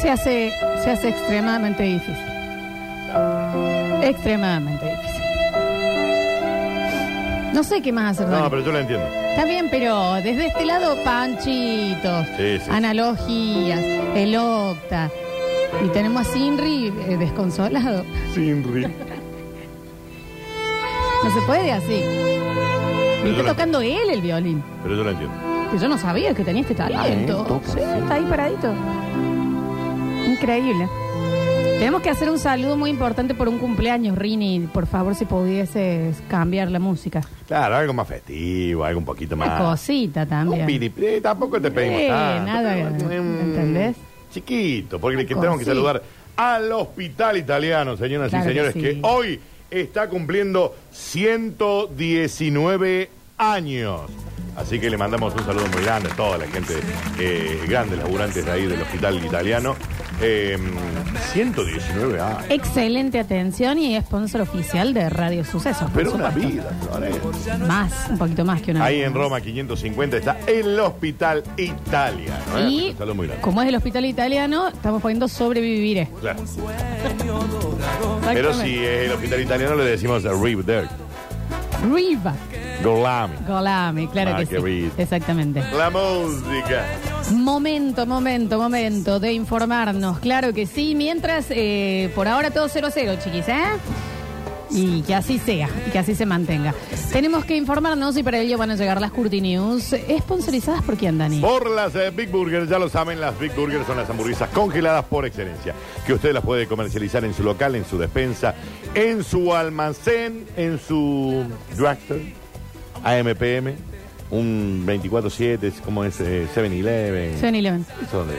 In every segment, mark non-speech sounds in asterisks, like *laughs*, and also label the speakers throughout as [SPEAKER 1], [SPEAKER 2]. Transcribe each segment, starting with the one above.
[SPEAKER 1] se hace, se hace extremadamente difícil. Extremadamente difícil. No sé qué más hacer.
[SPEAKER 2] No,
[SPEAKER 1] Dani.
[SPEAKER 2] pero yo lo entiendo.
[SPEAKER 1] Está bien, pero desde este lado, panchitos,
[SPEAKER 2] Sí, sí.
[SPEAKER 1] analogías, el octa. Y tenemos a Sinri eh, desconsolado.
[SPEAKER 2] Sinri.
[SPEAKER 1] *laughs* No se puede así. Y está
[SPEAKER 2] Perdona.
[SPEAKER 1] tocando él el violín.
[SPEAKER 2] Pero yo lo entiendo.
[SPEAKER 1] Que yo no sabía que tenía este talento.
[SPEAKER 3] Talento,
[SPEAKER 1] Sí,
[SPEAKER 3] sí.
[SPEAKER 1] está ahí paradito. Increíble. Tenemos que hacer un saludo muy importante por un cumpleaños, Rini. Por favor, si pudieses cambiar la música.
[SPEAKER 2] Claro, algo más festivo, algo un poquito
[SPEAKER 1] Una
[SPEAKER 2] más.
[SPEAKER 1] cosita
[SPEAKER 2] Un
[SPEAKER 1] también.
[SPEAKER 2] piripiri, eh, tampoco te pedimos
[SPEAKER 1] Eh,
[SPEAKER 2] tanto,
[SPEAKER 1] nada,
[SPEAKER 2] pero, mm,
[SPEAKER 1] ¿entendés?
[SPEAKER 2] Chiquito, porque
[SPEAKER 1] Una
[SPEAKER 2] que tenemos que
[SPEAKER 1] cosita.
[SPEAKER 2] saludar al hospital italiano, señoras
[SPEAKER 1] Claro
[SPEAKER 2] y
[SPEAKER 1] que
[SPEAKER 2] señores,
[SPEAKER 1] sí.
[SPEAKER 2] que hoy está cumpliendo 119 años. Así que le mandamos un saludo muy grande a toda la gente eh, grande, laburantes de ahí del hospital italiano. Eh, 119 años.
[SPEAKER 1] Excelente atención y sponsor oficial de Radio Sucesos. por
[SPEAKER 2] Pero una
[SPEAKER 1] supuesto.
[SPEAKER 2] vida, Florencia.
[SPEAKER 1] Más, un poquito más que una.
[SPEAKER 2] Ahí en Roma 550 está el Hospital ¿eh? Italia. ¿no?
[SPEAKER 1] Y
[SPEAKER 2] Un saludo muy grande.
[SPEAKER 1] como es el hospital italiano, estamos ¿eh? poniendo sobreviviré.
[SPEAKER 2] Claro. Pero si es el Hospital Italiano le decimos a Rip Dirk,
[SPEAKER 1] Riva
[SPEAKER 2] Golami.
[SPEAKER 1] Golami, claro
[SPEAKER 2] Ah,
[SPEAKER 1] que
[SPEAKER 2] qué
[SPEAKER 1] sí.
[SPEAKER 2] rico.
[SPEAKER 1] Exactamente.
[SPEAKER 2] La música.
[SPEAKER 1] Momento, momento, momento de informarnos. Claro que sí. Mientras, eh, por ahora todo 0 a 0, chiquis, ¿eh? Y que así sea, y que así se mantenga. Tenemos que informarnos y para ello van a llegar las Curti News. ¿Sponsorizadas por quién, Dani?
[SPEAKER 2] Por las eh, Big Burgers, ya lo saben, las Big Burgers son las hamburguesas congeladas por excelencia, que usted las puede comercializar en su local, en su despensa, en su almacén, en su drugstore, AMPM, un 24-7, es como es eh, 7-Eleven.
[SPEAKER 1] Seven Eleven.
[SPEAKER 2] Eso es donde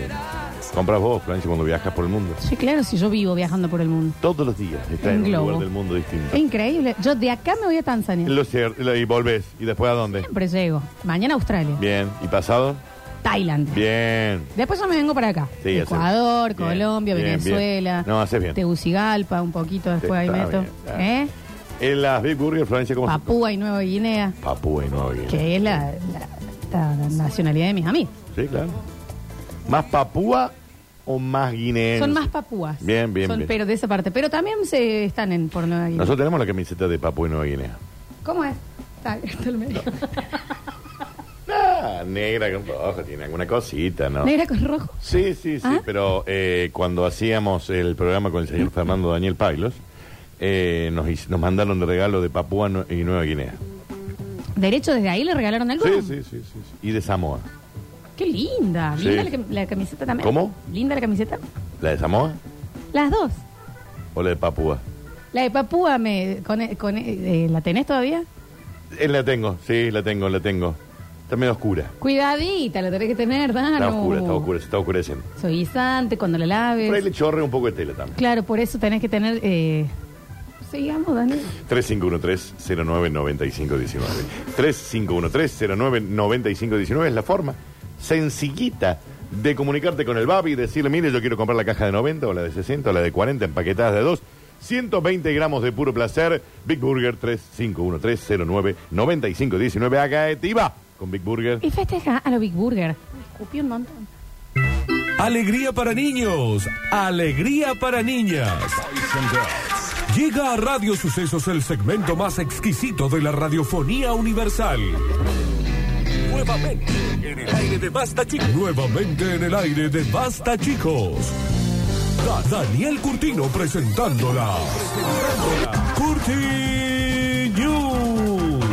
[SPEAKER 2] compras vos, Florencia, cuando viajas por el mundo.
[SPEAKER 1] Sí, claro, si yo vivo viajando por el mundo.
[SPEAKER 2] Todos los días está
[SPEAKER 1] En
[SPEAKER 2] en, un
[SPEAKER 1] globo.
[SPEAKER 2] lugar del mundo distinto.
[SPEAKER 1] Es increíble. Yo de acá me voy a Tanzania.
[SPEAKER 2] Lo cier- lo- y volvés. ¿Y después a dónde?
[SPEAKER 1] Siempre llego. Mañana a Australia.
[SPEAKER 2] Bien. ¿Y pasado?
[SPEAKER 1] Tailandia.
[SPEAKER 2] Bien.
[SPEAKER 1] Después yo me vengo para acá.
[SPEAKER 2] Sí,
[SPEAKER 1] Ecuador,
[SPEAKER 2] haces- bien,
[SPEAKER 1] Colombia,
[SPEAKER 2] bien, bien.
[SPEAKER 1] Venezuela.
[SPEAKER 2] No, haces bien.
[SPEAKER 1] Tegucigalpa, un poquito después ahí
[SPEAKER 2] Está
[SPEAKER 1] meto.
[SPEAKER 2] bien, está
[SPEAKER 1] ¿Eh?
[SPEAKER 2] bien. En las Big Burger, Florencia, ¿cómo se-
[SPEAKER 1] Papúa y Nueva Guinea,
[SPEAKER 2] Papúa y Nueva Guinea.
[SPEAKER 1] que es la, la- la nacionalidad de mis amigos.
[SPEAKER 2] Sí, claro. ¿Más Papúa o más guineense?
[SPEAKER 1] Son más papúas.
[SPEAKER 2] Bien, bien,
[SPEAKER 1] Son,
[SPEAKER 2] bien.
[SPEAKER 1] Pero de esa parte. Pero también se están en por Nueva Guinea.
[SPEAKER 2] Nosotros tenemos la camiseta de Papúa y Nueva Guinea.
[SPEAKER 1] ¿Cómo es? Está abierto el medio.
[SPEAKER 2] Ah, negra con rojo, tiene alguna cosita, ¿no?
[SPEAKER 1] Negra con rojo.
[SPEAKER 2] Sí, sí, sí,
[SPEAKER 1] ¿Ah?
[SPEAKER 2] pero eh, cuando hacíamos el programa con el señor Fernando Daniel Pailos, eh, nos, hic- nos mandaron de regalo de Papúa Nue- y Nueva Guinea.
[SPEAKER 1] Derecho desde ahí le regalaron algo.
[SPEAKER 2] Sí, sí, sí, sí, sí. Y de Samoa.
[SPEAKER 1] Qué linda.
[SPEAKER 2] Sí.
[SPEAKER 1] Linda la, cam- la camiseta también.
[SPEAKER 2] ¿Cómo?
[SPEAKER 1] Linda la camiseta.
[SPEAKER 2] ¿La de Samoa
[SPEAKER 1] Las dos.
[SPEAKER 2] o la de Papúa?
[SPEAKER 1] La de Papúa, me, con, con- eh, ¿la tenés todavía?
[SPEAKER 2] Eh, la tengo, sí, la tengo, la tengo. Está medio oscura.
[SPEAKER 1] Cuidadita, la tenés que tener, Dano.
[SPEAKER 2] Está oscura, está oscura, se está oscureciendo.
[SPEAKER 1] Soy guisante, cuando la
[SPEAKER 2] Por ahí
[SPEAKER 1] laves.
[SPEAKER 2] le chorre un poco de tela también.
[SPEAKER 1] Claro, por eso tenés que tener... eh, Sigamos, Dani.
[SPEAKER 2] 3513-099519. 3513-099519 es la forma sencillita de comunicarte con el Babi y decirle, mire, yo quiero comprar la caja de 90 o la de 60 o la de 40 empaquetadas de 2. 120 gramos de puro placer. Big Burger 3513-099519. Haga etiva con Big Burger.
[SPEAKER 1] Y festeja a lo Big Burger. Me escupí un montón.
[SPEAKER 4] Alegría para niños, alegría para niñas. Llega a Radio Sucesos el segmento más exquisito de la radiofonía universal. Nuevamente en el aire de Basta Chicos. Nuevamente en el aire de Basta Chicos. Da- Daniel Curtino presentándola. Curti News.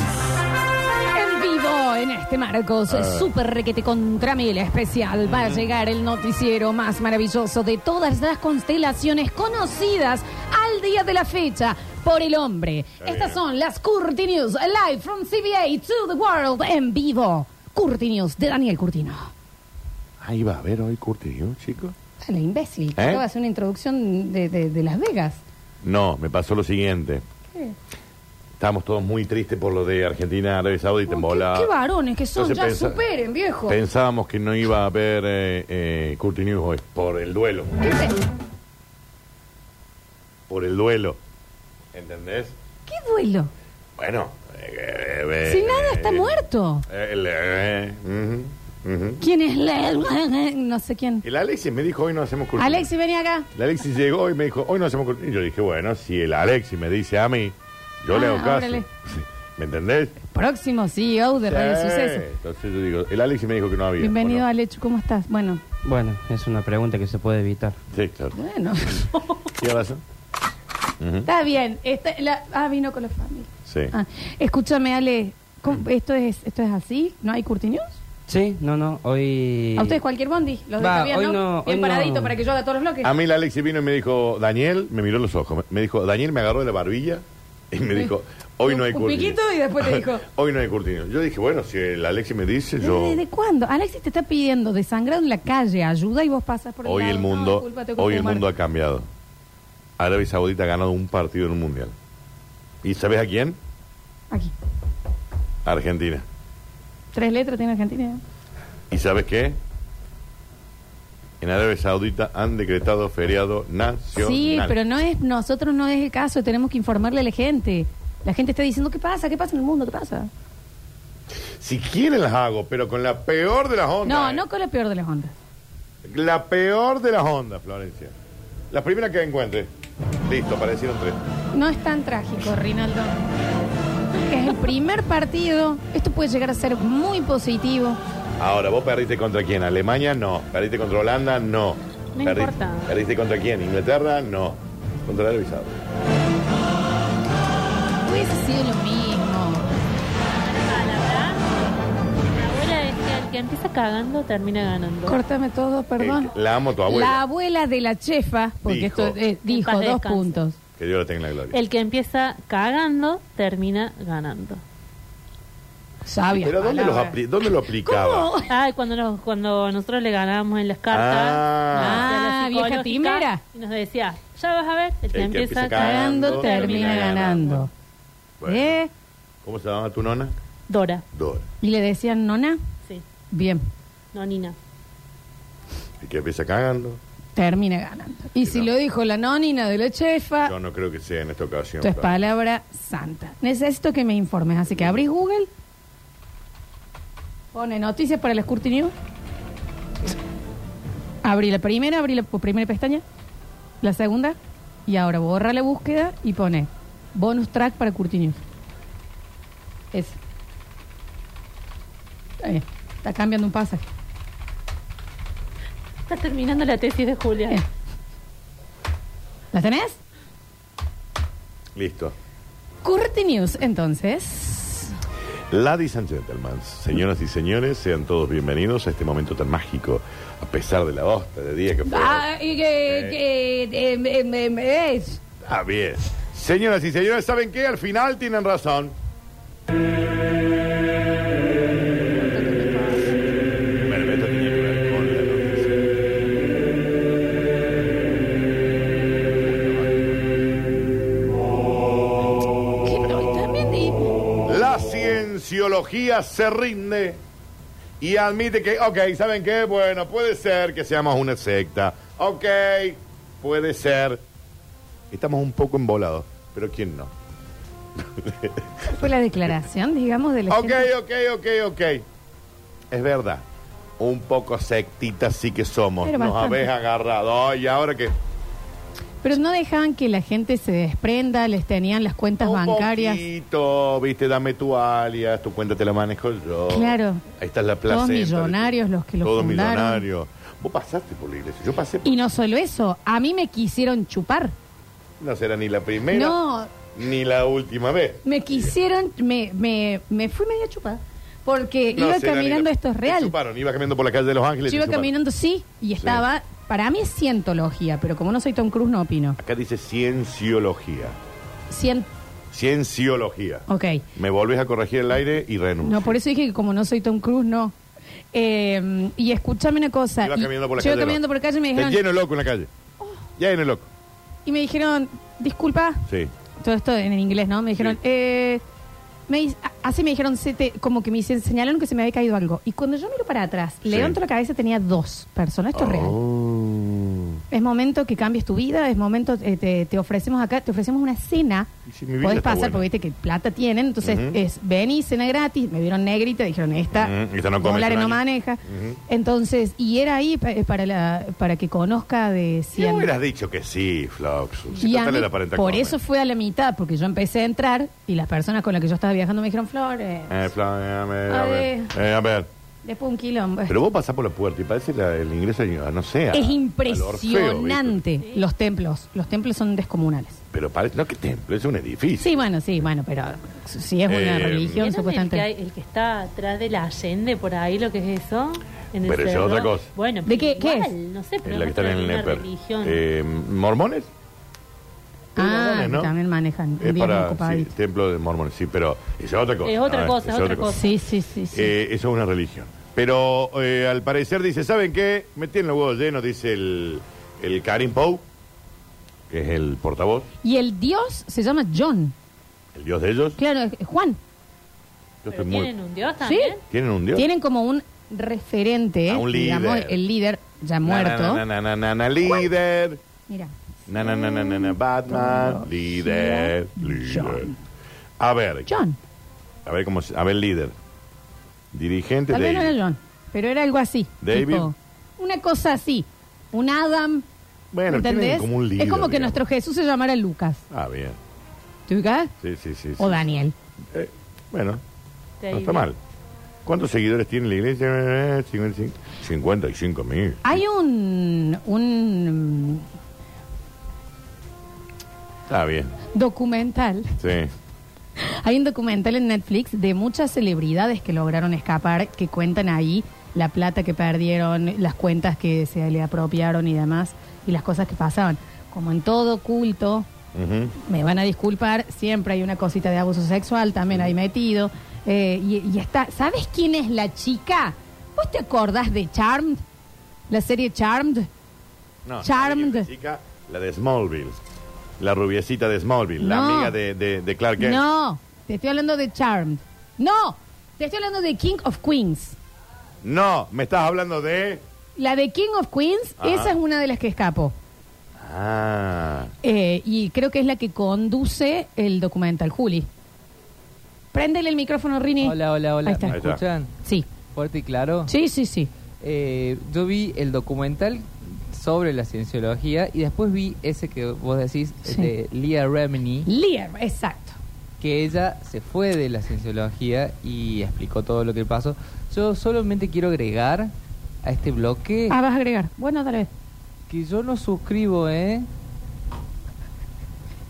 [SPEAKER 1] En vivo, en este Marcos, super requete contra mil especial, va a llegar el noticiero más maravilloso de todas las constelaciones conocidas al día de la fecha por el hombre. Estas son las Curti News, live from CBA to the world, en vivo. Curti News de Daniel Curtino.
[SPEAKER 2] Ahí va a haber hoy curtido, chicos.
[SPEAKER 1] Dale, imbécil,
[SPEAKER 2] ¿Eh?
[SPEAKER 1] acabas de hacer una introducción de, de- de Las Vegas.
[SPEAKER 2] No, me pasó lo siguiente.
[SPEAKER 1] ¿Qué?
[SPEAKER 2] Estábamos todos muy tristes por lo de Argentina, Arabia Saudita,
[SPEAKER 1] Oh,
[SPEAKER 2] en
[SPEAKER 1] qué-
[SPEAKER 2] bola.
[SPEAKER 1] qué varones que son, ya
[SPEAKER 2] pensa-
[SPEAKER 1] superen, viejo.
[SPEAKER 2] Pensábamos que no iba a haber eh, eh, Curti News hoy. Por el duelo.
[SPEAKER 1] ¿Qué te-
[SPEAKER 2] Por el duelo. ¿Entendés?
[SPEAKER 1] ¿Qué duelo?
[SPEAKER 2] Bueno. eh, eh, eh,
[SPEAKER 1] Si nada está
[SPEAKER 2] eh,
[SPEAKER 1] muerto.
[SPEAKER 2] eh, eh, eh, ujú. Ujú.
[SPEAKER 1] ¿Quién es la... *laughs* No sé quién.
[SPEAKER 2] El Alexis me dijo hoy no hacemos curso.
[SPEAKER 1] Alexi, vení acá.
[SPEAKER 2] El Alexis llegó y me dijo hoy no hacemos curso. Y yo dije, bueno, si el Alexis me dice a mí, yo le
[SPEAKER 1] Ah,
[SPEAKER 2] hago caso.
[SPEAKER 1] órale.
[SPEAKER 2] *laughs* Sí. ¿Me entendés?
[SPEAKER 1] Próximo CEO de Radio
[SPEAKER 2] Sí.
[SPEAKER 1] Suceso.
[SPEAKER 2] Entonces yo digo, el Alexis me dijo que no había.
[SPEAKER 1] Bienvenido,
[SPEAKER 2] ¿o no?
[SPEAKER 1] Alechu, ¿cómo estás? Bueno,
[SPEAKER 3] Bueno, es una pregunta que se puede evitar.
[SPEAKER 2] Sí, claro.
[SPEAKER 1] bueno. *laughs*
[SPEAKER 2] ¿Tiene razón?
[SPEAKER 1] Está bien. Está- la- ah, vino con la familia.
[SPEAKER 2] Sí. Mm.
[SPEAKER 1] Ah, escúchame, Ale, ¿cómo- ¿esto es, esto es así? ¿No hay curtiños?
[SPEAKER 3] Sí, no, no, hoy...
[SPEAKER 1] A ustedes cualquier bondi, los de
[SPEAKER 3] Va,
[SPEAKER 1] Javier,
[SPEAKER 3] hoy
[SPEAKER 1] ¿no?
[SPEAKER 3] no,
[SPEAKER 1] Bien
[SPEAKER 3] hoy
[SPEAKER 1] paradito
[SPEAKER 3] no.
[SPEAKER 1] para que yo haga todos los bloques.
[SPEAKER 2] A mí el Alexis vino y me dijo, Daniel, me miró los ojos, me- me dijo, Daniel me agarró de la barbilla y me dijo, hoy no hay
[SPEAKER 1] Un
[SPEAKER 2] curtiño.
[SPEAKER 1] piquito y después te dijo.
[SPEAKER 2] *laughs* hoy no hay curtiño. Yo dije, bueno, si el Alexis me dice, yo...
[SPEAKER 1] ¿Desde cuándo? Alexis te está pidiendo desangrado en la calle ayuda y vos pasas por el
[SPEAKER 2] Hoy
[SPEAKER 1] lado.
[SPEAKER 2] el
[SPEAKER 1] No,
[SPEAKER 2] mundo,
[SPEAKER 1] disculpa, tengo que
[SPEAKER 2] hoy el
[SPEAKER 1] fumar.
[SPEAKER 2] mundo ha cambiado. Arabia Saudita ha ganado un partido en un mundial. ¿Y sabes a quién?
[SPEAKER 1] Aquí.
[SPEAKER 2] Argentina.
[SPEAKER 1] Tres letras tiene Argentina. ¿eh?
[SPEAKER 2] ¿Y sabes qué? En Arabia Saudita han decretado feriado nacional.
[SPEAKER 1] Sí, pero no es, nosotros no es el caso, tenemos que informarle a la gente. La gente está diciendo, ¿qué pasa? ¿Qué pasa en el mundo? ¿Qué pasa?
[SPEAKER 2] Si quieren las hago, pero con la peor de las ondas.
[SPEAKER 1] No,
[SPEAKER 2] ¿eh?
[SPEAKER 1] no con la peor de las ondas.
[SPEAKER 2] La peor de las ondas, Florencia. La primera que encuentre. Listo, aparecieron tres.
[SPEAKER 1] No es tan trágico, Rinaldo. Es el primer partido. Esto puede llegar a ser muy positivo.
[SPEAKER 2] Ahora, ¿vos perdiste contra quién? ¿Alemania? No. ¿Perdiste contra Holanda? No.
[SPEAKER 1] No
[SPEAKER 2] Perdi-
[SPEAKER 1] importa.
[SPEAKER 2] ¿Perdiste contra quién? ¿Inglaterra? No. Contra el visado.
[SPEAKER 1] Hubiese sido lo mismo.
[SPEAKER 5] palabra. Mi abuela decía, el que empieza cagando termina ganando.
[SPEAKER 1] Córtame todo, perdón.
[SPEAKER 2] Eh, la amo a tu abuela.
[SPEAKER 1] La abuela de la chefa, porque
[SPEAKER 2] Dijo.
[SPEAKER 1] esto eh, dijo
[SPEAKER 5] En
[SPEAKER 1] dos
[SPEAKER 5] paz descanse.
[SPEAKER 1] puntos.
[SPEAKER 2] Que Dios la tenga en la gloria.
[SPEAKER 5] El que empieza cagando termina ganando.
[SPEAKER 1] Sabia.
[SPEAKER 2] Pero ¿dónde, los
[SPEAKER 1] palabra.
[SPEAKER 2] apli- ¿dónde lo aplicaba?
[SPEAKER 1] ¿Cómo?
[SPEAKER 5] Ah, y cuando, nos- cuando nosotros le ganábamos en las cartas.
[SPEAKER 2] Ah.
[SPEAKER 5] nos hacía la
[SPEAKER 1] Ah, vieja
[SPEAKER 5] psicológica
[SPEAKER 1] timera.
[SPEAKER 5] Y nos decía, ya vas a ver, el que, empieza, cagando.
[SPEAKER 1] Cagando termina ganando.
[SPEAKER 2] Bueno.
[SPEAKER 1] ¿Eh?
[SPEAKER 2] ¿Cómo se llama tu nona?
[SPEAKER 5] Dora,
[SPEAKER 2] Dora.
[SPEAKER 1] Y le decían, nona,
[SPEAKER 5] sí.
[SPEAKER 1] bien,
[SPEAKER 5] No, Nina.
[SPEAKER 2] El que empieza cagando.
[SPEAKER 1] termina ganando. Y si lo dijo la nonina de la chefa,
[SPEAKER 2] Yo no creo que sea en esta ocasión.
[SPEAKER 1] esto es
[SPEAKER 2] Flor.
[SPEAKER 1] palabra santa. Necesito que me informes, así que abrís Google, pone noticias para el escrutinio, abrí la primera, abrí la primera pestaña, la segunda, y ahora borra la búsqueda y pone bonus track para Curtinio. Es. Está bien. Está cambiando un pasaje.
[SPEAKER 5] Está terminando la tesis de Julia.
[SPEAKER 1] Bien. ¿La tenés?
[SPEAKER 2] Listo.
[SPEAKER 1] Curti News, entonces.
[SPEAKER 2] Ladies and gentlemen, señoras y señores, sean todos bienvenidos a este momento tan mágico, a pesar de la bosta de día que fue.
[SPEAKER 1] Ah, y que- que- em, em, em, es.
[SPEAKER 2] Ah, bien. Señoras y señores, ¿saben qué? Al final tienen razón. Bueno, esto tenía que ver con la noticia.
[SPEAKER 1] Que no, también di-
[SPEAKER 2] La cienciología se rinde y admite que, ok, ¿saben qué? Bueno, puede ser que seamos una secta. Ok, puede ser. Estamos un poco embolados, pero ¿quién no?
[SPEAKER 1] Fue la declaración, digamos, de la
[SPEAKER 2] Ok,
[SPEAKER 1] gente.
[SPEAKER 2] ok, ok, ok. Es verdad. Un poco sectita sí que somos.
[SPEAKER 1] Pero
[SPEAKER 2] Nos
[SPEAKER 1] bastante.
[SPEAKER 2] habéis agarrado. Ay, ahora que.
[SPEAKER 1] Pero no dejaban que la gente se desprenda, les tenían las cuentas
[SPEAKER 2] un
[SPEAKER 1] bancarias.
[SPEAKER 2] poquito, viste, dame tu alias, tu cuenta te la manejo yo.
[SPEAKER 1] Claro.
[SPEAKER 2] Ahí está la plaza.
[SPEAKER 1] Todos millonarios los que lo
[SPEAKER 2] Todos
[SPEAKER 1] fundaron.
[SPEAKER 2] millonarios. Vos pasaste por la iglesia. Yo pasé por.
[SPEAKER 1] Y no solo eso, a mí me quisieron chupar.
[SPEAKER 2] No será ni la primera.
[SPEAKER 1] No.
[SPEAKER 2] Ni la última vez.
[SPEAKER 1] Me quisieron, me, me, me fui media chupada. Porque
[SPEAKER 2] No
[SPEAKER 1] iba
[SPEAKER 2] será ni
[SPEAKER 1] caminando,
[SPEAKER 2] la-
[SPEAKER 1] esto es
[SPEAKER 2] Te
[SPEAKER 1] real.
[SPEAKER 2] chuparon, iba caminando por la calle de Los Ángeles.
[SPEAKER 1] Yo
[SPEAKER 2] te
[SPEAKER 1] iba
[SPEAKER 2] chuparon.
[SPEAKER 1] caminando, sí, y estaba. Para mí es cientología, pero como no soy Tom Cruise, no opino.
[SPEAKER 2] Acá dice cienciología.
[SPEAKER 1] Cien,
[SPEAKER 2] Cienciología.
[SPEAKER 1] ok.
[SPEAKER 2] Me volvés a corregir el aire y renuncio.
[SPEAKER 1] No, por eso dije que como no soy Tom Cruise, no. Eh, y escúchame una cosa.
[SPEAKER 2] Iba
[SPEAKER 1] y-
[SPEAKER 2] caminando por la
[SPEAKER 1] yo iba
[SPEAKER 2] calle.
[SPEAKER 1] caminando
[SPEAKER 2] ¿no?
[SPEAKER 1] por la calle y me
[SPEAKER 2] Te
[SPEAKER 1] dijeron. "Oh".
[SPEAKER 2] lleno de loco en la calle. Lleno de loco.
[SPEAKER 1] Y me dijeron, disculpa,
[SPEAKER 2] Sí.
[SPEAKER 1] todo esto en inglés, ¿no? Me dijeron,
[SPEAKER 2] Sí.
[SPEAKER 1] eh, me, di- a- así me dijeron, se te- como que me dicen, señalaron que se me había caído algo. Y cuando yo miro para atrás,
[SPEAKER 2] Sí.
[SPEAKER 1] levanto la cabeza, tenía dos personas, esto es real.
[SPEAKER 2] Oh.
[SPEAKER 1] Es momento que cambies tu vida, es momento, eh, te, te ofrecemos acá, te ofrecemos una cena.
[SPEAKER 2] Sí, mi vida
[SPEAKER 1] Podés
[SPEAKER 2] está
[SPEAKER 1] pasar
[SPEAKER 2] buena.
[SPEAKER 1] porque viste que plata tienen, entonces
[SPEAKER 2] Ujú.
[SPEAKER 1] es ven y cena gratis. Me vieron negrita, dijeron esta,
[SPEAKER 2] Ujú, esta no come
[SPEAKER 1] dólares
[SPEAKER 2] hace un
[SPEAKER 1] no
[SPEAKER 2] año.
[SPEAKER 1] maneja.
[SPEAKER 2] Ujú.
[SPEAKER 1] Entonces, y era ahí pa- eh, para, la, para que conozca de
[SPEAKER 2] No
[SPEAKER 1] 100.
[SPEAKER 2] hubieras dicho que sí, Flox. Si
[SPEAKER 1] Y a
[SPEAKER 2] total
[SPEAKER 1] mí,
[SPEAKER 2] era para entrar
[SPEAKER 1] por
[SPEAKER 2] con-
[SPEAKER 1] eso fue a la mitad, porque yo empecé a entrar y las personas con las que yo estaba viajando me dijeron, Flores,
[SPEAKER 2] Eh, Flox, eh, a ver, a
[SPEAKER 1] A
[SPEAKER 2] ver.
[SPEAKER 1] ver.
[SPEAKER 2] Eh, a ver.
[SPEAKER 1] después un quilombo.
[SPEAKER 2] Pero ah, vos pasás por la puerta y parece la- el ingreso, de- no sé. a-
[SPEAKER 1] es
[SPEAKER 2] al Orfeo, ¿viste?
[SPEAKER 1] impresionante los templos. Los templos son descomunales.
[SPEAKER 2] Pero parece, no, que templo, es un edificio.
[SPEAKER 1] Sí, bueno, sí, bueno, pero si es una
[SPEAKER 2] Eh,
[SPEAKER 1] religión,
[SPEAKER 5] ¿Vieron el que, hay-
[SPEAKER 1] supuestamente.
[SPEAKER 5] el que está atrás de la Allende, por ahí, lo que es eso? En el
[SPEAKER 2] Pero eso es
[SPEAKER 5] cerro.
[SPEAKER 2] otra cosa.
[SPEAKER 5] Bueno,
[SPEAKER 1] ¿De
[SPEAKER 5] pero
[SPEAKER 1] qué- qué
[SPEAKER 5] igual,
[SPEAKER 1] es?
[SPEAKER 5] No sé, pero
[SPEAKER 2] Eh, la que
[SPEAKER 5] es otra
[SPEAKER 2] está en el
[SPEAKER 5] una
[SPEAKER 2] Neper.
[SPEAKER 5] religión.
[SPEAKER 2] Eh, ¿Mormones?
[SPEAKER 1] Ah,
[SPEAKER 2] Mormones, ¿no?
[SPEAKER 1] también manejan
[SPEAKER 2] Es
[SPEAKER 1] bien
[SPEAKER 2] para sí,
[SPEAKER 1] ocupaditos.
[SPEAKER 2] templo de mormones, sí, pero esa es otra cosa.
[SPEAKER 5] Es otra
[SPEAKER 2] Ah,
[SPEAKER 5] cosa,
[SPEAKER 2] esa
[SPEAKER 5] es otra cosa.
[SPEAKER 1] Sí, sí, sí. sí.
[SPEAKER 2] Eh, eso es una religión. Pero eh, al parecer dice, ¿saben qué? Me tienen los huevos llenos, dice el, el Karim Pou, que es el portavoz,
[SPEAKER 1] y el dios se llama John.
[SPEAKER 2] el dios de ellos.
[SPEAKER 1] Claro, es- es Juan.
[SPEAKER 2] Yo
[SPEAKER 5] ¿Pero
[SPEAKER 2] estoy muy-
[SPEAKER 5] tienen un dios también?
[SPEAKER 2] ¿Tienen un dios?
[SPEAKER 1] Tienen como un referente,
[SPEAKER 2] A un
[SPEAKER 1] digamos,
[SPEAKER 2] líder.
[SPEAKER 1] el líder ya muerto.
[SPEAKER 2] Na, na, na, na, na, na, líder.
[SPEAKER 1] Mira.
[SPEAKER 2] Na, na, na, na, na, na, Batman. Líder. Líder. A ver.
[SPEAKER 1] John.
[SPEAKER 2] A ver cómo se- A ver, líder. Dirigente
[SPEAKER 1] Tal vez
[SPEAKER 2] de.
[SPEAKER 1] no era John, pero era algo así.
[SPEAKER 2] David.
[SPEAKER 1] tipo, una cosa así. Un Adam.
[SPEAKER 2] Bueno, tienen
[SPEAKER 1] ¿entendés?
[SPEAKER 2] como un líder.
[SPEAKER 1] es como que
[SPEAKER 2] digamos.
[SPEAKER 1] nuestro Jesús se llamara Lucas.
[SPEAKER 2] Ah, bien.
[SPEAKER 1] ¿Te ubicás?
[SPEAKER 2] Sí, sí, sí. sí.
[SPEAKER 1] O Daniel.
[SPEAKER 2] Eh, bueno,
[SPEAKER 5] Te
[SPEAKER 2] no
[SPEAKER 5] digo.
[SPEAKER 2] está mal. ¿Cuántos seguidores tiene la iglesia? Eh, 55 55 mil.
[SPEAKER 1] Hay un, un
[SPEAKER 2] Está bien.
[SPEAKER 1] mm, documental.
[SPEAKER 2] Sí.
[SPEAKER 1] Hay un documental en Netflix de muchas celebridades que lograron escapar, que cuentan ahí la plata que perdieron, las cuentas que se le apropiaron y demás, y las cosas que pasaban. Como en todo culto,
[SPEAKER 2] Ujú.
[SPEAKER 1] me van a disculpar, siempre hay una cosita de abuso sexual también ahí metido. Eh, y, y está, ¿sabes quién es la chica? ¿Vos te acordás de Charmed? La serie Charmed.
[SPEAKER 2] No,
[SPEAKER 1] Charmed.
[SPEAKER 2] La, chica, la de Smallville. La rubiecita de Smallville. La
[SPEAKER 1] No.
[SPEAKER 2] amiga de, de, de Clark Kent.
[SPEAKER 1] No, te estoy hablando de Charmed. No, te estoy hablando de King of Queens.
[SPEAKER 2] No, me estás hablando de.
[SPEAKER 1] La de King of Queens,
[SPEAKER 2] Ajá.
[SPEAKER 1] esa es una de las que escapó.
[SPEAKER 2] Ah.
[SPEAKER 1] Eh, y creo que es la que conduce el documental, Juli. Préndele el micrófono, Rini.
[SPEAKER 6] Hola, hola, hola.
[SPEAKER 1] Ahí está.
[SPEAKER 6] ¿Me
[SPEAKER 2] Ahí está.
[SPEAKER 6] escuchan?
[SPEAKER 1] Sí,
[SPEAKER 6] Fuerte y claro.
[SPEAKER 1] sí, sí, sí.
[SPEAKER 6] Eh, yo vi el documental sobre la cienciología y después vi ese que vos decís
[SPEAKER 1] Sí.
[SPEAKER 6] de Leah Remini,
[SPEAKER 1] Lear, exacto.
[SPEAKER 6] que ella se fue de la cienciología y explicó todo lo que pasó. Yo solamente quiero agregar a este bloque
[SPEAKER 1] Ah, vas a agregar. Bueno, tal vez.
[SPEAKER 6] que yo no suscribo, ¿eh?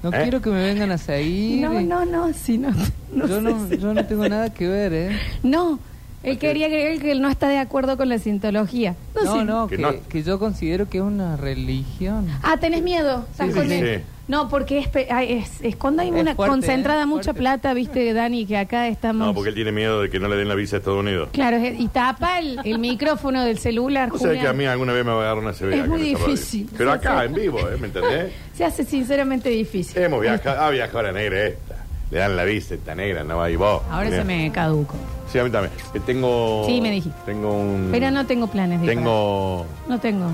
[SPEAKER 6] No
[SPEAKER 2] ¿Eh?
[SPEAKER 6] quiero que me vengan a seguir.
[SPEAKER 1] No, no, no, sí, no. No,
[SPEAKER 6] yo,
[SPEAKER 1] sé
[SPEAKER 6] no,
[SPEAKER 1] si-
[SPEAKER 6] yo no tengo nada que ver, ¿eh?
[SPEAKER 1] No, él quería agregar que él no está de acuerdo con la cientología. No,
[SPEAKER 6] No,
[SPEAKER 1] sí.
[SPEAKER 6] no,
[SPEAKER 2] Que
[SPEAKER 6] que,
[SPEAKER 2] no.
[SPEAKER 6] que yo considero que es una religión.
[SPEAKER 1] Ah, tenés miedo. ¿Estás
[SPEAKER 2] Sí,
[SPEAKER 1] con
[SPEAKER 2] sí,
[SPEAKER 1] él?
[SPEAKER 2] sí.
[SPEAKER 1] No, porque es, pe- ay, es, es cuando hay
[SPEAKER 6] Es
[SPEAKER 1] una
[SPEAKER 6] fuerte,
[SPEAKER 1] concentrada
[SPEAKER 6] ¿eh?
[SPEAKER 1] mucha
[SPEAKER 6] Fuerte.
[SPEAKER 1] plata, viste, Dani, que acá estamos.
[SPEAKER 2] No, porque él tiene miedo de que no le den la visa a Estados Unidos.
[SPEAKER 1] Claro, es- y tapa el,
[SPEAKER 2] *laughs*
[SPEAKER 1] el micrófono del celular.
[SPEAKER 2] O sea que
[SPEAKER 1] Julián.
[SPEAKER 2] a mí alguna vez me va a dar una CBA.
[SPEAKER 1] Es
[SPEAKER 2] acá
[SPEAKER 1] muy
[SPEAKER 2] en esta radio.
[SPEAKER 1] difícil.
[SPEAKER 2] Pero acá, en vivo, ¿eh? ¿me
[SPEAKER 1] *laughs*
[SPEAKER 2] entendés?
[SPEAKER 1] Se hace sinceramente difícil.
[SPEAKER 2] Hemos viajado, ha viajado la negra esta. Le dan la visa esta negra, no va y vos.
[SPEAKER 1] Ahora
[SPEAKER 2] Mirá.
[SPEAKER 1] se me caduco.
[SPEAKER 2] Sí, a mí también. Eh, Tengo.
[SPEAKER 1] Sí, me dijiste.
[SPEAKER 2] Tengo un.
[SPEAKER 1] Pero no tengo planes de ir
[SPEAKER 2] Tengo.
[SPEAKER 1] para allá. No tengo.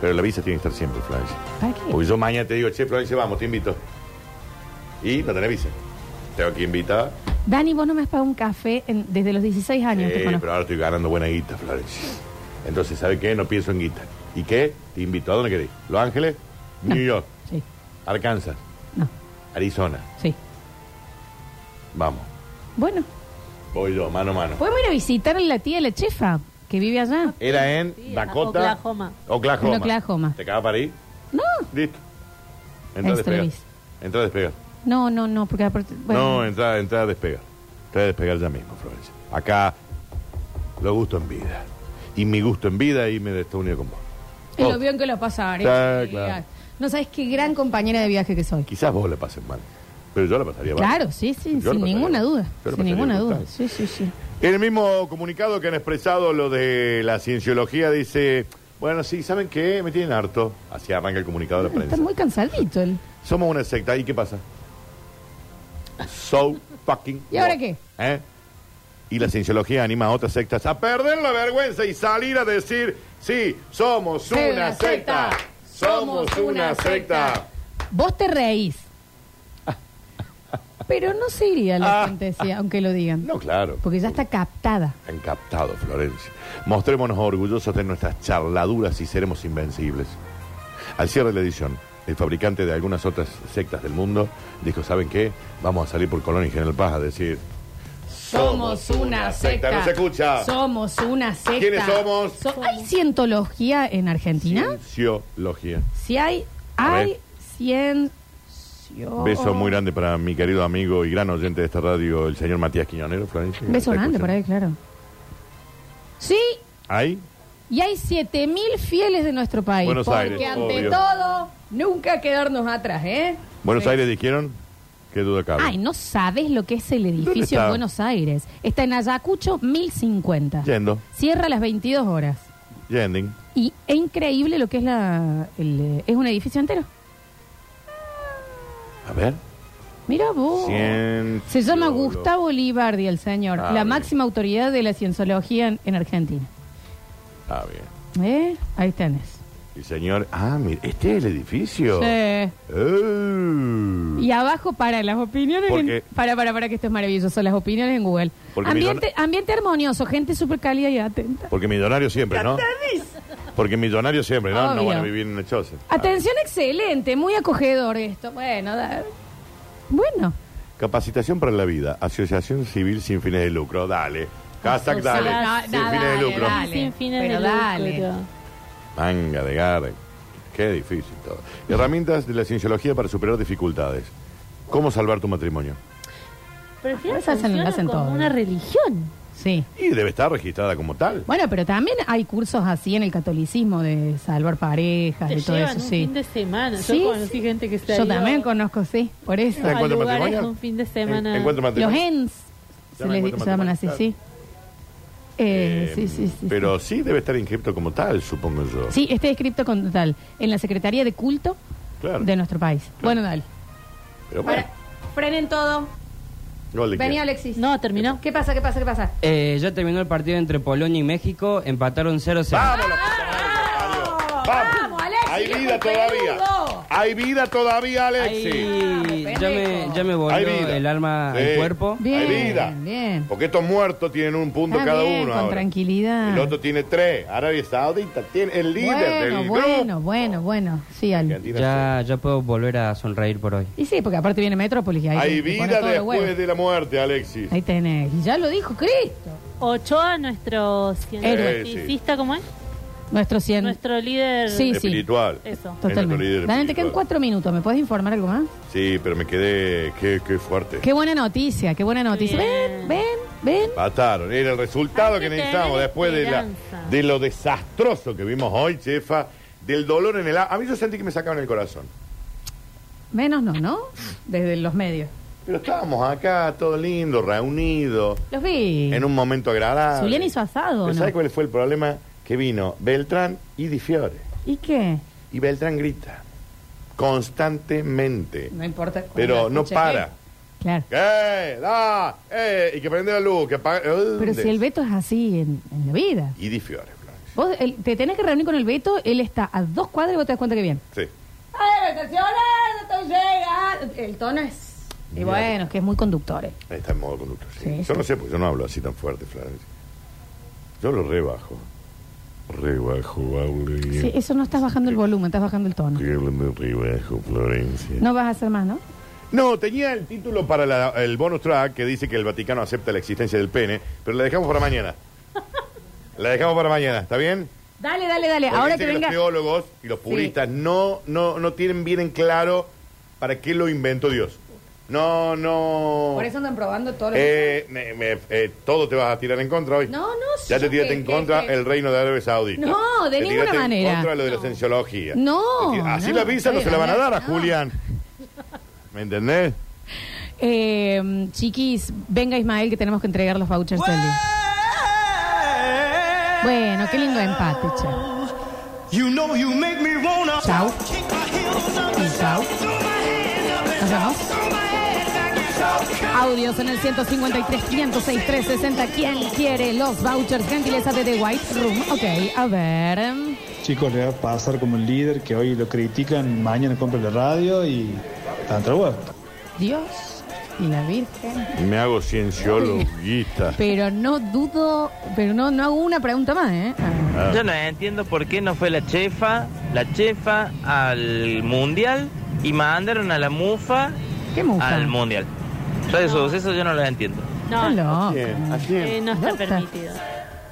[SPEAKER 2] Pero la visa tiene que estar siempre, Florencia.
[SPEAKER 1] ¿Para qué?
[SPEAKER 2] Porque yo mañana te digo, che, Florencia, vamos, te invito. Y no tenés visa. Tengo que invitar.
[SPEAKER 1] Dani, vos no me has pagado un café en- desde los 16 años.
[SPEAKER 2] Eh,
[SPEAKER 1] te conozco.
[SPEAKER 2] pero ahora estoy ganando buena guita, Florencia. Entonces, ¿sabe qué? No pienso en guita. ¿Y qué? Te invito. ¿A dónde querés? ¿Los Ángeles?
[SPEAKER 1] No. *laughs*
[SPEAKER 2] New York.
[SPEAKER 1] Sí,
[SPEAKER 2] Arkansas.
[SPEAKER 1] no,
[SPEAKER 2] Arizona.
[SPEAKER 1] sí.
[SPEAKER 2] Vamos.
[SPEAKER 1] Bueno,
[SPEAKER 2] Voy yo, mano a mano.
[SPEAKER 1] podemos ir a visitar a la tía de la chefa que vive allá.
[SPEAKER 2] Era en
[SPEAKER 5] Sí,
[SPEAKER 2] Dakota.
[SPEAKER 5] Oklahoma.
[SPEAKER 2] Oklahoma.
[SPEAKER 1] En Oklahoma.
[SPEAKER 2] ¿Te cagas para ir?
[SPEAKER 1] No,
[SPEAKER 2] Listo. Entra
[SPEAKER 1] Extra
[SPEAKER 2] a despegar.
[SPEAKER 1] visa.
[SPEAKER 2] Entra a despegar.
[SPEAKER 1] no, no, no, porque aparte.
[SPEAKER 2] No, entra, entra a despegar. Entra a despegar ya mismo, Florencia. Acá, lo gusto en vida. Y mi gusto en vida y me está unido con vos.
[SPEAKER 1] Y
[SPEAKER 2] Oh.
[SPEAKER 1] lo bien que lo pasa ¿eh?
[SPEAKER 2] Está, claro.
[SPEAKER 1] No sabes qué gran compañera de viaje que soy.
[SPEAKER 2] Quizás vos la pases mal, pero yo la pasaría mal.
[SPEAKER 1] Claro, sí, sí,
[SPEAKER 2] Yo la
[SPEAKER 1] sin
[SPEAKER 2] pasaría
[SPEAKER 1] ninguna
[SPEAKER 2] mal.
[SPEAKER 1] duda.
[SPEAKER 2] Yo la
[SPEAKER 1] Sin
[SPEAKER 2] pasaría
[SPEAKER 1] ninguna
[SPEAKER 2] brutal.
[SPEAKER 1] duda. Sí, sí, sí.
[SPEAKER 2] En el mismo comunicado que han expresado lo de la cienciología dice, bueno, sí, ¿saben qué? Me tienen harto. Así arranca el comunicado de la prensa.
[SPEAKER 1] Está muy cansadito él.
[SPEAKER 2] Somos una secta. ¿Y qué pasa? So fucking.
[SPEAKER 1] ¿Y ahora
[SPEAKER 2] what.
[SPEAKER 1] qué?
[SPEAKER 2] ¿Eh? Y la cienciología anima a otras sectas a perder la vergüenza y salir a decir: Sí, somos
[SPEAKER 1] Soy
[SPEAKER 2] una secta. Somos una secta.
[SPEAKER 1] Vos te reís. Pero no se iría la gente, sí, aunque lo digan.
[SPEAKER 2] Ah. No, claro.
[SPEAKER 1] Porque ya está captada.
[SPEAKER 2] Han captado, Florencia. Mostrémonos orgullosos de nuestras charladuras y seremos invencibles. Al cierre de la edición, el fabricante de algunas otras sectas del mundo dijo, ¿saben qué? Vamos a salir por Colón y General Paz a decir... No se escucha.
[SPEAKER 1] Somos una secta.
[SPEAKER 2] ¿Quiénes somos?
[SPEAKER 1] So- ¿Hay cientología en Argentina?
[SPEAKER 2] Cienciología.
[SPEAKER 1] Si hay,
[SPEAKER 2] A ver.
[SPEAKER 1] hay ciencio...
[SPEAKER 2] Beso muy grande para mi querido amigo y gran oyente de esta radio, el señor Matías Quiñonero, Florencia.
[SPEAKER 1] Beso
[SPEAKER 2] ¿Está
[SPEAKER 1] grande por ahí,
[SPEAKER 2] escuchando?
[SPEAKER 1] claro. Sí,
[SPEAKER 2] ¿Ahí?
[SPEAKER 1] y hay 7.000 fieles de nuestro país.
[SPEAKER 2] Buenos
[SPEAKER 1] porque
[SPEAKER 2] Aires,
[SPEAKER 1] ante
[SPEAKER 2] obvio.
[SPEAKER 1] todo, nunca quedarnos atrás, ¿eh?
[SPEAKER 2] Buenos
[SPEAKER 1] Sí.
[SPEAKER 2] Aires dijeron, qué duda cabe.
[SPEAKER 1] Ay, no sabes lo que es el edificio
[SPEAKER 2] está?
[SPEAKER 1] de Buenos Aires. Está en Ayacucho 1050.
[SPEAKER 2] Yendo,
[SPEAKER 1] Cierra a las 22 horas.
[SPEAKER 2] yending.
[SPEAKER 1] Y es increíble lo que es la. el, eh, es un edificio entero.
[SPEAKER 2] A ver.
[SPEAKER 1] Mira vos.
[SPEAKER 2] Cien-
[SPEAKER 1] Se llama
[SPEAKER 2] Lolo.
[SPEAKER 1] Gustavo Libardi, el señor,
[SPEAKER 2] Ah,
[SPEAKER 1] la
[SPEAKER 2] bien.
[SPEAKER 1] máxima autoridad de la cienciología en, en Argentina.
[SPEAKER 2] Ah, bien.
[SPEAKER 1] ¿Eh? Ahí tenés.
[SPEAKER 2] El señor. Ah, mire, este es el edificio.
[SPEAKER 1] Sí.
[SPEAKER 2] Oh.
[SPEAKER 1] Y abajo para las opiniones.
[SPEAKER 2] Porque-
[SPEAKER 1] en- para, para, para, que esto es maravilloso. Las opiniones en Google.
[SPEAKER 2] Porque mi
[SPEAKER 1] Ambiente, ambiente armonioso, gente súper cálida y atenta.
[SPEAKER 2] Porque millonario siempre, ¿no? Porque millonario siempre, ¿no? No
[SPEAKER 1] Obvio.
[SPEAKER 2] van a vivir en el Ah. choza.
[SPEAKER 1] Atención excelente, muy acogedor esto. Bueno, da- bueno.
[SPEAKER 2] Ah, Capacitación para la vida. Asociación civil sin fines de lucro. Dale. Kazak,
[SPEAKER 5] Asociación-
[SPEAKER 2] dale.
[SPEAKER 5] No,
[SPEAKER 2] sin
[SPEAKER 1] no,
[SPEAKER 2] fines de
[SPEAKER 1] dale,
[SPEAKER 2] lucro.
[SPEAKER 1] dale.
[SPEAKER 5] Sin fines
[SPEAKER 1] pero
[SPEAKER 5] de lucro.
[SPEAKER 1] dale.
[SPEAKER 2] Manga de Garden. Qué difícil todo. Herramientas de la cienciología para superar dificultades. ¿Cómo salvar tu matrimonio?
[SPEAKER 5] Pero al final
[SPEAKER 1] Esas hacen-
[SPEAKER 5] funciona
[SPEAKER 1] hacen
[SPEAKER 5] como
[SPEAKER 1] todo.
[SPEAKER 5] una religión.
[SPEAKER 1] Sí.
[SPEAKER 2] Y debe estar registrada como tal.
[SPEAKER 1] Bueno, pero también hay cursos así en el catolicismo de salvar parejas,
[SPEAKER 5] Te
[SPEAKER 1] de todo
[SPEAKER 5] llevan
[SPEAKER 1] eso,
[SPEAKER 5] un
[SPEAKER 1] sí.
[SPEAKER 5] fin de semana.
[SPEAKER 1] Sí,
[SPEAKER 5] Yo conocí
[SPEAKER 1] sí.
[SPEAKER 5] gente que se ha
[SPEAKER 1] Yo
[SPEAKER 5] ido
[SPEAKER 1] también conozco, sí, por eso.
[SPEAKER 5] a
[SPEAKER 2] ¿Encuentro
[SPEAKER 5] lugares
[SPEAKER 2] matrimonio?
[SPEAKER 5] un fin de semana.
[SPEAKER 2] En- ¿Encuentro
[SPEAKER 1] Los
[SPEAKER 2] matrimonio?
[SPEAKER 1] ENS, se
[SPEAKER 2] Llaman
[SPEAKER 1] les
[SPEAKER 2] encuentro
[SPEAKER 1] llaman así,
[SPEAKER 2] matrimonial.
[SPEAKER 1] sí. Eh,
[SPEAKER 2] Eh,
[SPEAKER 1] sí, sí, sí.
[SPEAKER 2] Pero sí debe estar inscripto como tal, supongo yo.
[SPEAKER 1] Sí, está escrito con total en la Secretaría de Culto
[SPEAKER 2] Claro.
[SPEAKER 1] de nuestro país. Bueno, dale.
[SPEAKER 2] Pero bueno,
[SPEAKER 1] frenen todo.
[SPEAKER 2] gol de quién.
[SPEAKER 1] Alexis.
[SPEAKER 5] No, terminó.
[SPEAKER 1] ¿Qué pasa? ¿Qué pasa? ¿Qué pasa?
[SPEAKER 3] Eh, ya terminó el partido entre Polonia y México, empataron 0-0.
[SPEAKER 2] ¡Vamos, la puta madre que lo parió!
[SPEAKER 1] ¡Vamos, Alexis,
[SPEAKER 2] Hay
[SPEAKER 1] viejo
[SPEAKER 2] vida todavía.
[SPEAKER 1] peludo!
[SPEAKER 2] Hay vida todavía,
[SPEAKER 3] Ahí
[SPEAKER 2] Alexis.
[SPEAKER 3] ya, me, ya me volvió
[SPEAKER 2] Hay vida.
[SPEAKER 3] el alma
[SPEAKER 2] Sí.
[SPEAKER 3] al cuerpo.
[SPEAKER 1] Bien,
[SPEAKER 2] Hay vida.
[SPEAKER 1] bien.
[SPEAKER 2] Porque estos muertos tienen un punto
[SPEAKER 1] Está
[SPEAKER 2] cada
[SPEAKER 1] bien,
[SPEAKER 2] uno.
[SPEAKER 1] con
[SPEAKER 2] ahora.
[SPEAKER 1] tranquilidad.
[SPEAKER 2] El otro tiene tres. Arabia Saudita tiene el líder
[SPEAKER 1] Ah. Bueno,
[SPEAKER 2] del
[SPEAKER 1] bueno,
[SPEAKER 2] grupo.
[SPEAKER 1] bueno, bueno. Sí, Al.
[SPEAKER 2] Argentina
[SPEAKER 3] Ya, ya puedo volver a sonreír por hoy.
[SPEAKER 1] Y sí, porque aparte viene Metrópolis y
[SPEAKER 2] sí.
[SPEAKER 1] ahí
[SPEAKER 2] Hay
[SPEAKER 1] te pone
[SPEAKER 2] vida
[SPEAKER 1] todo de huevo.
[SPEAKER 2] después de la muerte, Alexis.
[SPEAKER 1] Ahí tenés. Y ya lo dijo Cristo.
[SPEAKER 5] Ochoa, nuestro
[SPEAKER 2] Héroe.
[SPEAKER 5] cientista, ¿cómo es?
[SPEAKER 1] Nuestro 100.
[SPEAKER 5] Nuestro líder.
[SPEAKER 1] Sí.
[SPEAKER 2] Espiritual.
[SPEAKER 5] Eso.
[SPEAKER 2] Es nuestro líder
[SPEAKER 1] Totalmente. Dani, te
[SPEAKER 2] espiritual.
[SPEAKER 1] quedan cuatro minutos. ¿Me puedes informar algo más?
[SPEAKER 2] Sí, pero me quedé. Qué, qué fuerte.
[SPEAKER 1] Qué buena noticia, qué buena noticia. Ven,
[SPEAKER 5] Bien.
[SPEAKER 1] ven, ven.
[SPEAKER 2] Mataron. Era el resultado
[SPEAKER 5] Hay
[SPEAKER 2] que,
[SPEAKER 5] que
[SPEAKER 2] necesitábamos
[SPEAKER 5] tener
[SPEAKER 2] después de, la,
[SPEAKER 5] esperanza.
[SPEAKER 2] de lo desastroso que vimos hoy, chefa. Del dolor en el... a- A mí yo sentí que me sacaban el corazón.
[SPEAKER 1] Menos no, ¿no? Desde los medios.
[SPEAKER 2] Pero estábamos acá, todo lindo, reunidos,
[SPEAKER 1] Los vi.
[SPEAKER 2] en un momento agradable.
[SPEAKER 1] Zulián hizo asado,
[SPEAKER 2] Pero
[SPEAKER 1] ¿no?
[SPEAKER 2] ¿Sabes cuál fue el problema? Que vino Beltrán y Di Fiore.
[SPEAKER 1] ¿Y qué?
[SPEAKER 2] Y Beltrán grita constantemente.
[SPEAKER 1] No importa.
[SPEAKER 2] Pero
[SPEAKER 1] cuando
[SPEAKER 2] no
[SPEAKER 1] escuche,
[SPEAKER 2] para.
[SPEAKER 1] ¿eh? Claro.
[SPEAKER 2] ¡Eh! ¡Da! ¡Eh! Y que prende la luz, que apaga...
[SPEAKER 1] Pero si el Beto es así en, en la vida.
[SPEAKER 2] Y Di Fiore, Florencia.
[SPEAKER 1] Vos el- te tenés que reunir con el Beto, él está a dos cuadras y vos te das cuenta que bien.
[SPEAKER 2] Sí.
[SPEAKER 1] ¡Ay, no llega! El tono es. Y bueno, es que es muy conductor. eh.
[SPEAKER 2] Ahí Está en modo conductor. sí.
[SPEAKER 1] Sí,
[SPEAKER 2] Yo
[SPEAKER 1] sí.
[SPEAKER 2] no sé, porque yo no hablo así tan fuerte, Florencia. Yo lo rebajo. Rebajo, hablo. y-
[SPEAKER 1] Sí, eso no estás bajando el volumen, estás bajando el tono.
[SPEAKER 2] Estoy hablando rebajo, Florencia.
[SPEAKER 1] No vas a hacer más, ¿no?
[SPEAKER 2] No, tenía el título para la- el bonus track que dice que el Vaticano acepta la existencia del pene, pero la dejamos
[SPEAKER 1] *laughs*
[SPEAKER 2] para mañana. La dejamos para mañana, ¿está bien?
[SPEAKER 1] Dale, dale, dale.
[SPEAKER 2] Porque
[SPEAKER 1] Ahora
[SPEAKER 2] dice
[SPEAKER 1] que venga.
[SPEAKER 2] los teólogos y los puristas no, no, no tienen bien en claro para qué lo inventó Dios. No, no.
[SPEAKER 1] Por eso andan probando todo lo que-
[SPEAKER 2] Eh, me- me- eh, todo te vas a tirar en contra hoy.
[SPEAKER 1] No, no, sí,
[SPEAKER 2] Ya te
[SPEAKER 1] yo
[SPEAKER 2] tiraste
[SPEAKER 1] que-
[SPEAKER 2] en
[SPEAKER 1] que-
[SPEAKER 2] contra
[SPEAKER 1] que-
[SPEAKER 2] el reino de Arabia Saudita.
[SPEAKER 1] No, de
[SPEAKER 2] Te
[SPEAKER 1] ninguna
[SPEAKER 2] tiraste
[SPEAKER 1] manera.
[SPEAKER 2] En contra lo de la cienciología.
[SPEAKER 1] No,
[SPEAKER 2] Te tira- Así
[SPEAKER 1] no,
[SPEAKER 2] la visa no
[SPEAKER 1] estoy
[SPEAKER 2] se la van a dar a
[SPEAKER 1] hablando, no.
[SPEAKER 2] Julián. ¿Me entendés?
[SPEAKER 1] Eh, chiquis, venga Ismael que tenemos que entregar los vouchers del día. Bueno, qué lindo empate, che. Chau. Y chau. Nos vemos. Audios en el 153 506 360. ¿Quién quiere los vouchers? Gentileza de The White Room. Ok, a ver.
[SPEAKER 7] chicos, le va a pasar como el líder que hoy lo critican, mañana compra la radio y tanto bueno.
[SPEAKER 1] Dios y la Virgen.
[SPEAKER 2] Me hago cienciologista.
[SPEAKER 1] Pero no dudo, pero no, no hago una pregunta más, ¿eh? Ah.
[SPEAKER 8] Yo no entiendo por qué no fue la chefa, la chefa al mundial y mandaron a la mufa,
[SPEAKER 1] ¿Qué mufa?
[SPEAKER 8] al mundial. Yo eso, eso yo no lo entiendo.
[SPEAKER 5] No,
[SPEAKER 1] Está loco.
[SPEAKER 2] ¿A quién? ¿A
[SPEAKER 5] eh,
[SPEAKER 2] quién?
[SPEAKER 5] no está
[SPEAKER 1] Basta.
[SPEAKER 5] permitido.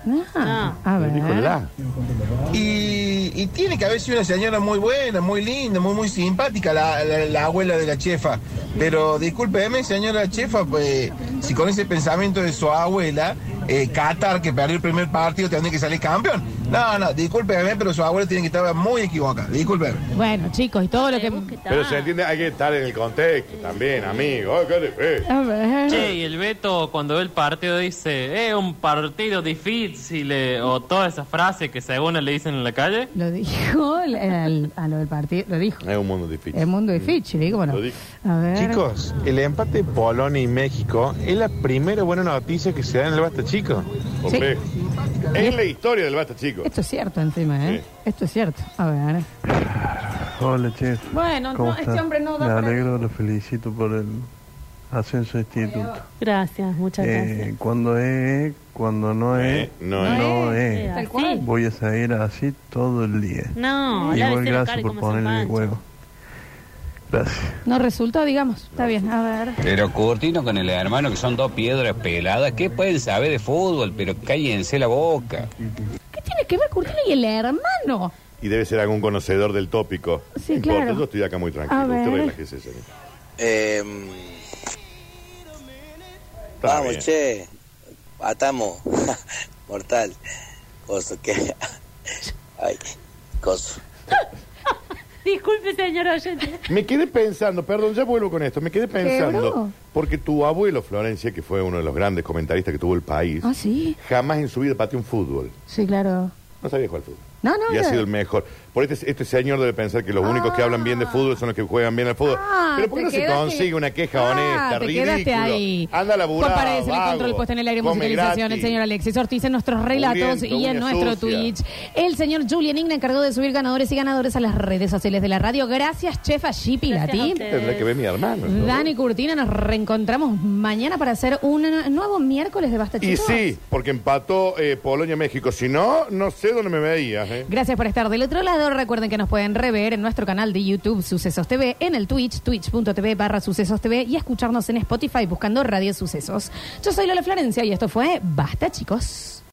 [SPEAKER 1] No. Ah. A
[SPEAKER 2] Le dijo
[SPEAKER 1] ver.
[SPEAKER 2] la.
[SPEAKER 9] Y, y tiene que haber sido una señora muy buena, muy linda, muy muy simpática, la, la- la abuela de la chefa. Pero discúlpeme, señora chefa, pues, si con ese pensamiento de su abuela, eh, Qatar, que perdió el primer partido, tendría que salir campeón. No, no, discúlpeme, pero su abuela tiene que estar muy equivocada. Discúlpeme.
[SPEAKER 1] Bueno, chicos, y todo lo que.
[SPEAKER 5] Tenemos que estar.
[SPEAKER 2] Pero se entiende, hay que estar en el contexto también, amigo. Ay, qué difícil.
[SPEAKER 1] A ver.
[SPEAKER 10] Che, y el Beto cuando ve el partido dice, es un partido difícil, eh", o todas esas frases que según él le dicen en la calle.
[SPEAKER 1] Lo dijo al- al- a lo del partido. Lo dijo.
[SPEAKER 2] Es un mundo difícil.
[SPEAKER 1] El mundo de Fitch, digo, bueno.
[SPEAKER 2] Lo dijo.
[SPEAKER 1] A ver.
[SPEAKER 9] Chicos, el empate Polonia y México es la primera buena noticia que se da en el Basta Chico.
[SPEAKER 2] Complejo. Es la historia del basta, chicos.
[SPEAKER 1] Esto es cierto encima, ¿eh? Esto es cierto. A ver.
[SPEAKER 11] Hola, chef.
[SPEAKER 1] Bueno,
[SPEAKER 11] ¿Cómo
[SPEAKER 1] no, este
[SPEAKER 11] estás?
[SPEAKER 1] hombre no da
[SPEAKER 11] Me
[SPEAKER 1] para-
[SPEAKER 11] alegro, lo felicito por el ascenso de instituto.
[SPEAKER 5] Gracias, muchas
[SPEAKER 11] Eh,
[SPEAKER 5] gracias.
[SPEAKER 11] cuando es, cuando no es,
[SPEAKER 2] Eh, no es.
[SPEAKER 11] no
[SPEAKER 5] Eh,
[SPEAKER 11] es.
[SPEAKER 1] Tal
[SPEAKER 5] así.
[SPEAKER 1] cual.
[SPEAKER 11] Voy a seguir así todo el día.
[SPEAKER 5] No,
[SPEAKER 11] Igual
[SPEAKER 5] lávese la cara
[SPEAKER 11] gracias
[SPEAKER 5] y
[SPEAKER 11] por
[SPEAKER 5] cómase un
[SPEAKER 11] ponerle el
[SPEAKER 5] pancho.
[SPEAKER 11] huevo. Gracias.
[SPEAKER 1] No resultó, digamos. Está bien, a ver.
[SPEAKER 8] Pero Curtino con el hermano, que son dos piedras peladas, ¿qué pueden saber de fútbol? Pero cállense la boca.
[SPEAKER 1] ¿Qué tiene que ver Curtino y el hermano?
[SPEAKER 2] Y debe ser algún conocedor del tópico.
[SPEAKER 1] Sí,
[SPEAKER 2] No importa,
[SPEAKER 1] claro.
[SPEAKER 2] Yo estoy acá muy tranquilo.
[SPEAKER 1] A
[SPEAKER 2] Usted
[SPEAKER 1] ver.
[SPEAKER 2] relájese, señor. Está
[SPEAKER 8] Em, Vamos,
[SPEAKER 2] bien.
[SPEAKER 8] che, atamos, mortal, coso, que, ay, coso.
[SPEAKER 5] Disculpe, señor oyente.
[SPEAKER 2] Me quedé pensando, perdón, ya vuelvo con esto. Me quedé
[SPEAKER 1] bro?
[SPEAKER 2] pensando, porque tu abuelo Florencia, que fue uno de los grandes comentaristas que tuvo el país,
[SPEAKER 1] Ah, sí.
[SPEAKER 2] jamás en su vida pateó un fútbol.
[SPEAKER 1] Sí, claro.
[SPEAKER 2] No sabía jugar al fútbol.
[SPEAKER 1] No, Ah, no,
[SPEAKER 2] Y ha
[SPEAKER 1] no.
[SPEAKER 2] sido el mejor. Por este, este señor debe pensar que los
[SPEAKER 1] Ah.
[SPEAKER 2] únicos que hablan bien de fútbol son los que juegan bien al fútbol.
[SPEAKER 1] Ah,
[SPEAKER 2] Pero ¿por qué
[SPEAKER 1] te
[SPEAKER 2] no se
[SPEAKER 1] quedaste-
[SPEAKER 2] consigue una queja
[SPEAKER 1] Ah, te
[SPEAKER 2] honesta, ridículo?
[SPEAKER 1] quedaste ahí.
[SPEAKER 2] Anda a laburar,
[SPEAKER 1] Comparece el
[SPEAKER 2] vago,
[SPEAKER 1] control puesto en el aire,
[SPEAKER 2] come
[SPEAKER 1] musicalización,
[SPEAKER 2] gratis.
[SPEAKER 1] el señor Alexis Ortiz en nuestros relatos
[SPEAKER 2] Mugriento,
[SPEAKER 1] y en
[SPEAKER 2] uña
[SPEAKER 1] nuestro
[SPEAKER 2] sucia.
[SPEAKER 1] Twitch. El señor Julian Igna encargó de subir ganadores y ganadoras a las redes sociales de la radio. Gracias, chefa Shipi
[SPEAKER 5] Gracias a
[SPEAKER 1] Latín.
[SPEAKER 5] ustedes.
[SPEAKER 2] Tendrá que ver mi hermano. ¿no?
[SPEAKER 1] Dani Curtina, nos reencontramos mañana para hacer un nuevo miércoles de Basta
[SPEAKER 2] Y
[SPEAKER 1] Chicos.
[SPEAKER 2] sí, porque empató eh, Polonia-México. Si no, no sé dónde me veías. ¿eh?
[SPEAKER 1] Gracias por estar del otro lado. Recuerden que nos pueden rever en nuestro canal de YouTube Sucesos TV, en el Twitch, twitch.tv barra Sucesos TV y escucharnos en Spotify buscando Radio Sucesos. Yo soy Lola Florencia y esto fue Basta, chicos.